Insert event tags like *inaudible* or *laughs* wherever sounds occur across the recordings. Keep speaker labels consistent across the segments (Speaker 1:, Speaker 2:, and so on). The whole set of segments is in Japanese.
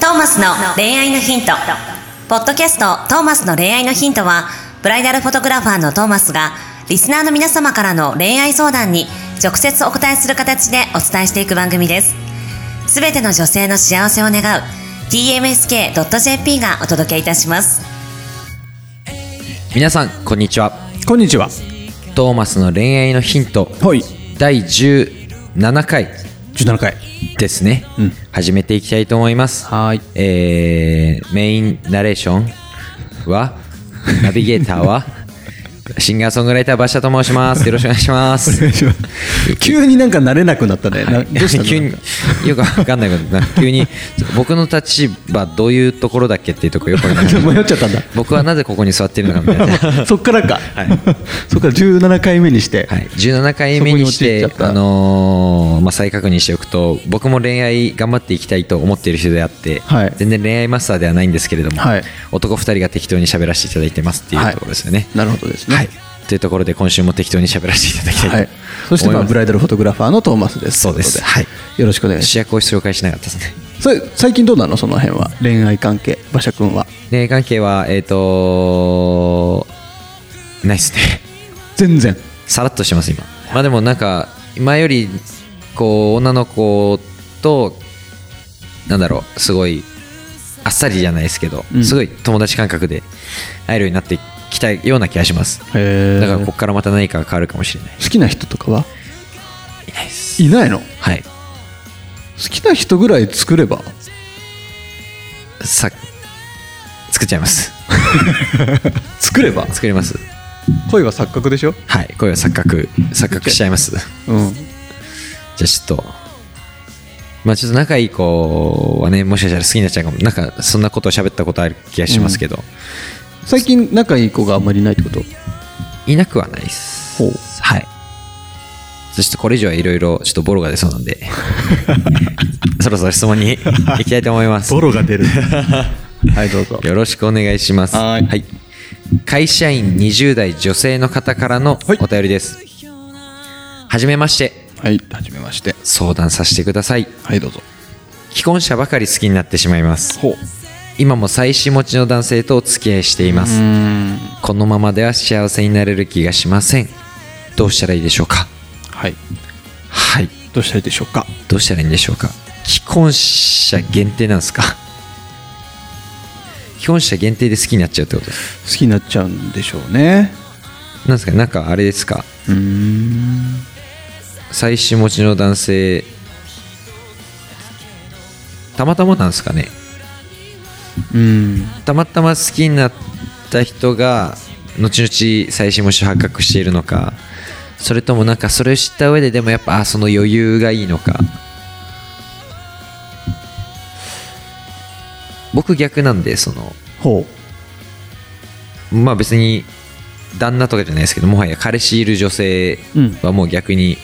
Speaker 1: トーマスの恋愛のヒント。ポッドキャスト、トーマスの恋愛のヒントは、ブライダルフォトグラファーのトーマスが、リスナーの皆様からの恋愛相談に直接お答えする形でお伝えしていく番組です。すべての女性の幸せを願う、tmsk.jp がお届けいたします。
Speaker 2: 皆さんこんにちは
Speaker 3: こんにちは。
Speaker 2: トーマスの恋愛のヒント
Speaker 3: はい。
Speaker 2: 第17回
Speaker 3: 十
Speaker 2: *laughs*
Speaker 3: 七回。
Speaker 2: ですね、始めていきたいと思います
Speaker 3: はい
Speaker 2: えー、メインナレーション
Speaker 3: *laughs*
Speaker 2: はナビゲーターはシンガーソングライター馬車と申しますよろしくお願いします
Speaker 3: 急になんか慣れなくなったね。などうした
Speaker 2: *laughs*
Speaker 3: の
Speaker 2: 急によくわかんないけどなん *laughs* か急に僕の立場どういうところだっけっていうところよくわかんない
Speaker 3: *laughs* *laughs* 迷っちゃったんだ。
Speaker 2: 僕はなぜここに座ってるのかみたいな *laughs*
Speaker 3: そっからか。 *laughs* そっから十七回目にして。
Speaker 2: はい、17回目にし
Speaker 3: そ
Speaker 2: て
Speaker 3: こに陥っちゃった
Speaker 2: あのーまあ、再確認しておくと僕も恋愛頑張っていきたいと思っている人であって、
Speaker 3: はい
Speaker 2: 全然恋愛マスターではないんですけれども、
Speaker 3: はい
Speaker 2: 男2人が適当に喋らせていただいてますっていうところですよね。
Speaker 3: なるほどです
Speaker 2: はい
Speaker 3: ね。
Speaker 2: というところで今週も適当に喋らせていただきたいと
Speaker 3: は
Speaker 2: 思い
Speaker 3: い
Speaker 2: ます。。
Speaker 3: そしてまあブライダルフォトグラファーのトーマスです。
Speaker 2: そうです
Speaker 3: といこと
Speaker 2: は
Speaker 3: よろしくお願いし
Speaker 2: 主役を紹介しなかったですね。
Speaker 3: ます。それ最近どうなのその辺は恋愛関係馬車くんは
Speaker 2: 恋愛関係は、えっ、とないですね。
Speaker 3: 全然。
Speaker 2: さらっとしてます今まあでもなんか前よりこう女の子となんだろうすごいあっさりじゃないですけど、
Speaker 3: うん
Speaker 2: すごい友達感覚で会えるようになってきたような気がします
Speaker 3: へ
Speaker 2: だか
Speaker 3: ー
Speaker 2: らここからまた何かが変わるかもしれない
Speaker 3: 好きな人とかはい
Speaker 2: ないです
Speaker 3: いないの。好
Speaker 2: はい
Speaker 3: きな人ぐらい作れば。
Speaker 2: さ作っちゃい
Speaker 3: *laughs*
Speaker 2: ます
Speaker 3: 作れば。
Speaker 2: 作ります
Speaker 3: 恋は錯覚でしょ。
Speaker 2: はい声は錯覚錯覚しちゃいますじゃ
Speaker 3: うん。
Speaker 2: あちょっとまあちょっと仲いい子はねもしかしたら好きになっちゃうかもなんかそんなことを喋ったことある気がしますけど、
Speaker 3: 最近仲いい子があんまりいないってこと。
Speaker 2: いなくはないです。
Speaker 3: ほう
Speaker 2: はい。そしてこれ以上はいろいろちょっとボロが出そうなんで、
Speaker 3: *laughs*
Speaker 2: そろそろ質問に行きたいと思います。
Speaker 3: ロが出る。 *laughs* はいどうぞ。
Speaker 2: よろしくお願いします。
Speaker 3: はーい
Speaker 2: 会社員20代女性の方からの
Speaker 3: はい
Speaker 2: お便りです。はじめまして、
Speaker 3: はい、はじめまして。
Speaker 2: 相談させてください。
Speaker 3: はい、どうぞ。
Speaker 2: 既婚者ばかり好きになってしまいます。
Speaker 3: ほう。
Speaker 2: 今も妻子持ちの男性とお付き合いしています。
Speaker 3: ん。
Speaker 2: このままでは幸せになれる気がしません。どうしたらいいでしょうか
Speaker 3: はい。
Speaker 2: はい。
Speaker 3: どうしたらいいでしょうか。
Speaker 2: どうしたらいいんでしょうか既婚者限定なんですか *laughs* 既婚者限定で好きになっちゃうってことです
Speaker 3: 好きになっちゃうんでしょうね。
Speaker 2: なんですかなんかあれですか
Speaker 3: うーん。
Speaker 2: 妻子持ちの男性たまたまなんですかね
Speaker 3: うん。
Speaker 2: たまたま好きになった人が後々妻子持ちを発覚しているのかそれともなんかそれを知った上ででもやっぱあその余裕がいいのか僕逆なんでその
Speaker 3: ほ
Speaker 2: まあ別に旦那とかじゃないですけどもはや彼氏いる女性はもう逆に、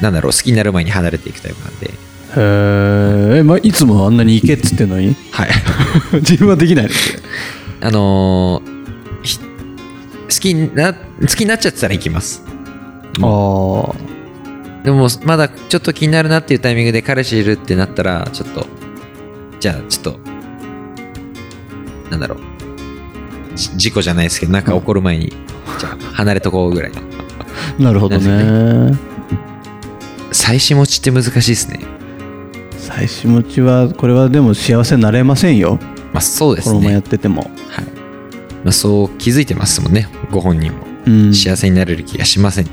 Speaker 2: なんだろう好きになる前に離れていくタイプなんで
Speaker 3: う。へえ、まあ、いつもあんなに行けっつってんのに
Speaker 2: はい
Speaker 3: *laughs* 自分はできないの
Speaker 2: あのーひ好きにな好きになっちゃってたら行きます
Speaker 3: ああ。
Speaker 2: でもまだちょっと気になるなっていうタイミングで彼氏いるってなったらちょっとじゃあちょっとなんだろうじ事故じゃないですけどなんか起こる前にじゃあ離れとこうぐらいの
Speaker 3: なるほどね。
Speaker 2: 妻子持ちって難しいですね
Speaker 3: 妻子持ちは、これはでも幸せになれませんよ。
Speaker 2: まあそうで
Speaker 3: こ
Speaker 2: す
Speaker 3: のままや
Speaker 2: ね
Speaker 3: っ。てても。
Speaker 2: はい。まあそう気づいてますもんね、ご本人も。
Speaker 3: うん
Speaker 2: 幸せになれる気がしません。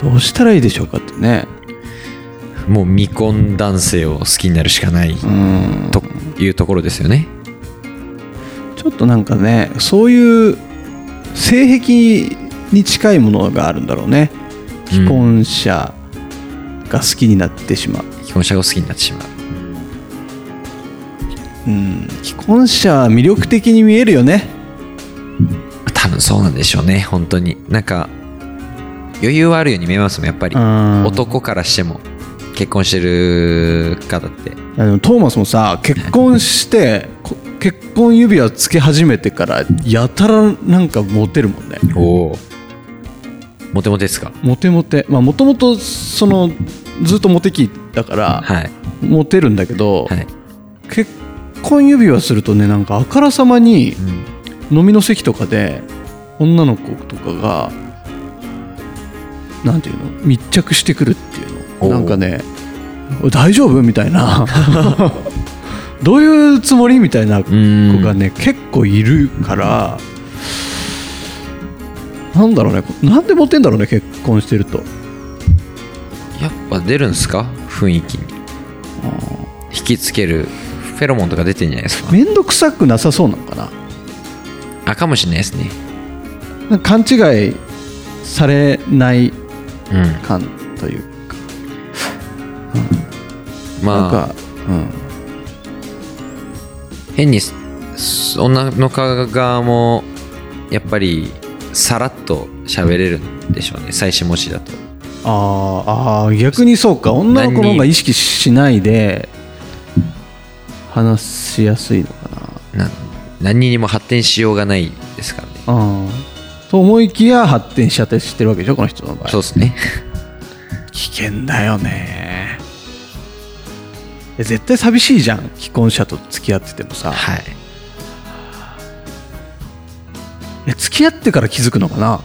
Speaker 3: どうしたらいいでしょうかってね。
Speaker 2: もう未婚男性を好きになるしかない
Speaker 3: うん。
Speaker 2: というところですよね。
Speaker 3: ちょっとなんかねそういう性癖に近いものがあるんだろうね既婚者が好きになってしまう、
Speaker 2: 既婚者を好きになってしまう。
Speaker 3: うん、既婚者は魅力的に見えるよね
Speaker 2: 多分そうなんでしょうね、本当に。なんか、余裕はあるように見えますもん、やっぱり
Speaker 3: う。ん
Speaker 2: 男からしても、結婚してる方って。
Speaker 3: あのトーマスもさ結婚して *laughs* こ結婚指輪つけ始めてからやたらなんかモテるもんね
Speaker 2: おお。モテモテですか
Speaker 3: モテモテまあもともとそのずっとモテ期だから、
Speaker 2: はい
Speaker 3: モテるんだけど、
Speaker 2: はい、
Speaker 3: 結婚指輪するとねなんかあからさまに
Speaker 2: うん
Speaker 3: 飲みの席とかで女の子とかがなんていうの密着してくるっていう
Speaker 2: おう
Speaker 3: のなんかねおい大丈夫みた
Speaker 2: *laughs*
Speaker 3: いなどういうつもりみたいな子
Speaker 2: うん
Speaker 3: がね結構いるからなんだろうねなんでモテんだろうね結婚してると
Speaker 2: やっぱ出るんすか雰囲気に引きつけるフェロモンとか出てんじゃないですか
Speaker 3: 面倒くさくなさそうなのかな
Speaker 2: あかもしれないですね
Speaker 3: なんか勘違いされない
Speaker 2: うん
Speaker 3: 感というなん
Speaker 2: まあ
Speaker 3: か、うん、
Speaker 2: 変にすす女の子側もやっぱりさらっと喋れるんでしょうね妻子持ちだと
Speaker 3: あーあー逆にそうか女の子の方が意識しないで話しやすいのかな
Speaker 2: な何にも発展しようがないですからね
Speaker 3: あーと思いきや発展しちゃってしてるわけでしょこの人の場合
Speaker 2: そうですね
Speaker 3: 危険だよねえ絶対寂しいじゃん既婚者と付き合っててもさ
Speaker 2: はい
Speaker 3: え付き合ってから気づくのかな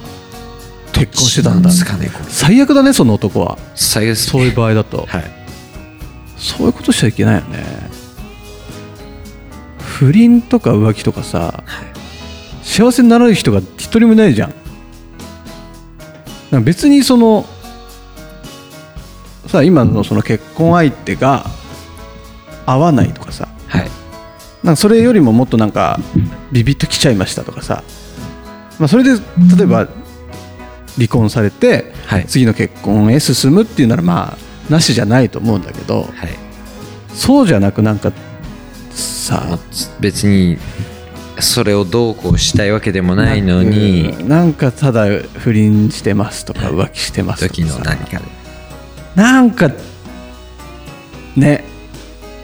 Speaker 3: 結婚してたん
Speaker 2: ど
Speaker 3: だ
Speaker 2: っちなんですかねこれ
Speaker 3: 最悪だねその男は
Speaker 2: 最悪っすね
Speaker 3: そういう場合だと
Speaker 2: はい
Speaker 3: そういうことしちゃいけないよね不倫とか浮気とかさ幸せにならない人が一人もいないじゃんなんか別にそのさ今のその結婚相手が合わないとかさ
Speaker 2: はい
Speaker 3: なんかそれよりももっとなんかビビッときちゃいましたとかさ、まあ、それで例えば離婚されて、
Speaker 2: はい
Speaker 3: 次の結婚へ進むっていうならまあなしじゃないと思うんだけ
Speaker 2: は
Speaker 3: ど、
Speaker 2: い
Speaker 3: そうじゃなくなんか
Speaker 2: まあ
Speaker 3: さ
Speaker 2: 別にそれをどうこうしたいわけでもないのに
Speaker 3: うんなんかただ不倫してますとか浮気してますと
Speaker 2: 時
Speaker 3: か
Speaker 2: の
Speaker 3: さ
Speaker 2: 何かで
Speaker 3: なんかね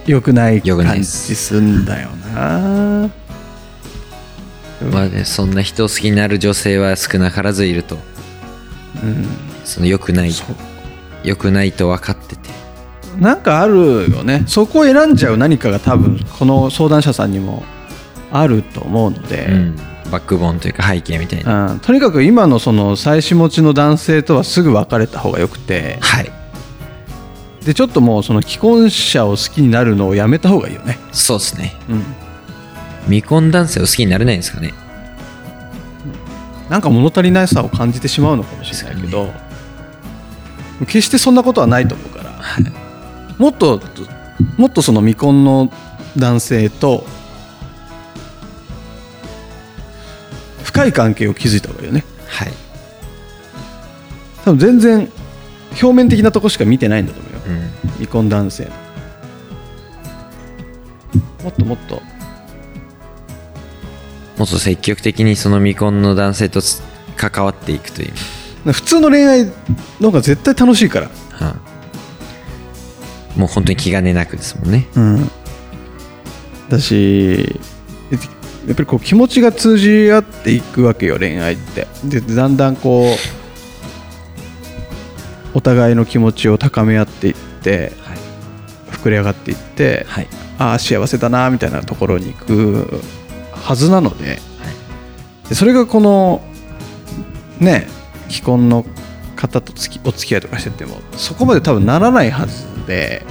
Speaker 3: 良くない
Speaker 2: 良くない
Speaker 3: 感
Speaker 2: で
Speaker 3: じ
Speaker 2: す
Speaker 3: すんだよな
Speaker 2: まあね、そんな人を好きになる女性は少なからずいるとその良くない良くないと分かってて
Speaker 3: なんかあるよねそこを選んじゃう何かが多分この相談者さんにもあると思うので、
Speaker 2: うん、バックボーンというか背景みたいな、
Speaker 3: うんとにかく今のその妻子持ちの男性とはすぐ別れた方がよくて
Speaker 2: はい
Speaker 3: でちょっともうその既婚者を好きになるのをやめた方がいいよね、
Speaker 2: そうですね
Speaker 3: うん、
Speaker 2: 未婚男性を好きになれないんですかね
Speaker 3: なんか物足りないさを感じてしまうのかもしれないけど、決してそんなことはないと思うから、もっともっとその未婚の男性と深い関係を築いた方がいいよね
Speaker 2: はい、
Speaker 3: 多分全然表面的なとこしか見てないんだと思うよ、
Speaker 2: うん、
Speaker 3: 未婚男性もっともっと
Speaker 2: もっと積極的にその未婚の男性とつ関わっていくという、
Speaker 3: 普通の恋愛の方が絶対楽しいから
Speaker 2: はいもう本当に気兼ねなくですもんね
Speaker 3: うん、だしえやっぱりこう気持ちが通じ合っていくわけよ恋愛ってでだんだんこうお互いの気持ちを高め合っていって
Speaker 2: はい、
Speaker 3: 膨れ上がっていって、
Speaker 2: はい
Speaker 3: ああ幸せだなみたいなところに行くはずなのででそれがこのね既婚の方とつきお付き合いとかしててもそこまで多分ならないはずで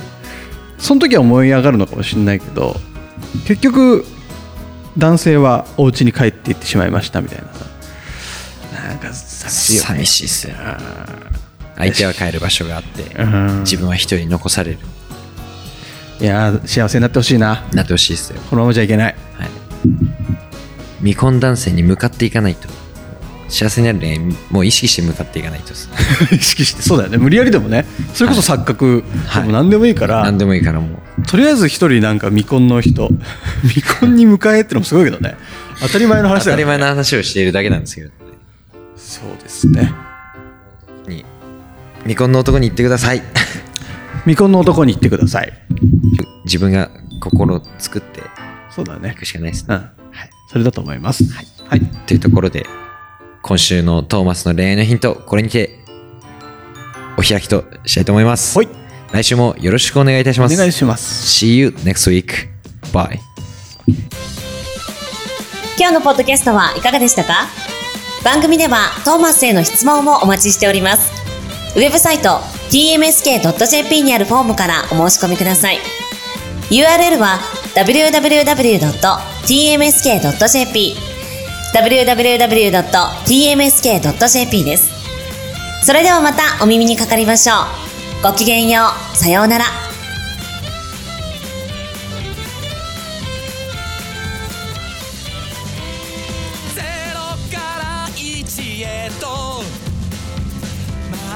Speaker 3: その時は思い上がるのかもしれないけど結局男性はお家に帰っていってしまいましたみたいなさなんか寂しいよね
Speaker 2: 寂しいっすよ相手は帰る場所があって
Speaker 3: うん
Speaker 2: 自分は一人残される
Speaker 3: いやー幸せになってほしいな
Speaker 2: なってほしいっすよ
Speaker 3: このままじゃいけない *laughs*
Speaker 2: はい、未婚男性に向かっていかないと幸せになるねもう意識して向かっていかないとです
Speaker 3: 意識してそうだよね無理やりでもねそれこそ錯覚、
Speaker 2: はい
Speaker 3: でも何でもいいから、
Speaker 2: 何でもいいからもう
Speaker 3: とりあえず一人なんか未婚の人 *laughs* 未婚に迎えってのもすごいけどね当たり前の
Speaker 2: 当
Speaker 3: 話だ
Speaker 2: た
Speaker 3: よね
Speaker 2: り前の話をしているだけなんですけど
Speaker 3: そうですね
Speaker 2: に未婚の男に言ってください *laughs*
Speaker 3: 未婚の男に言ってください
Speaker 2: 自分が心を作って
Speaker 3: そうだ
Speaker 2: い
Speaker 3: ね
Speaker 2: くしかないです
Speaker 3: うん
Speaker 2: ね、
Speaker 3: はいそれだと思いますはい、
Speaker 2: というところで今週のトーマスの恋愛のヒントこれにてお開きとしたいと思います
Speaker 3: ほい
Speaker 2: 来週もよろしくお願いいたします。
Speaker 3: お願いします。
Speaker 2: See you next week. Bye.
Speaker 1: 今日のポッドキャストはいかがでしたか番組ではトーマスへの質問もお待ちしております。ウェブサイト tmsk.jp にあるフォームからお申し込みください。URL は www.tmsk.jp www.tmsk.jp です。それではまたお耳にかかりましょう。ごきげんよう。さようなら。
Speaker 4: ゼロから一へと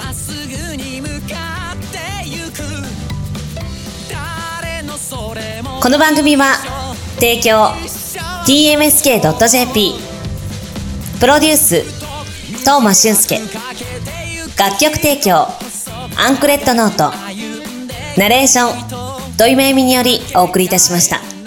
Speaker 4: まっすぐに向かってゆく誰のそれも
Speaker 1: この番組は提供 tmsk.jp プロデュース東間俊介楽曲提供アンクレットノートナレーション土井めゆみによりお送りいたしました。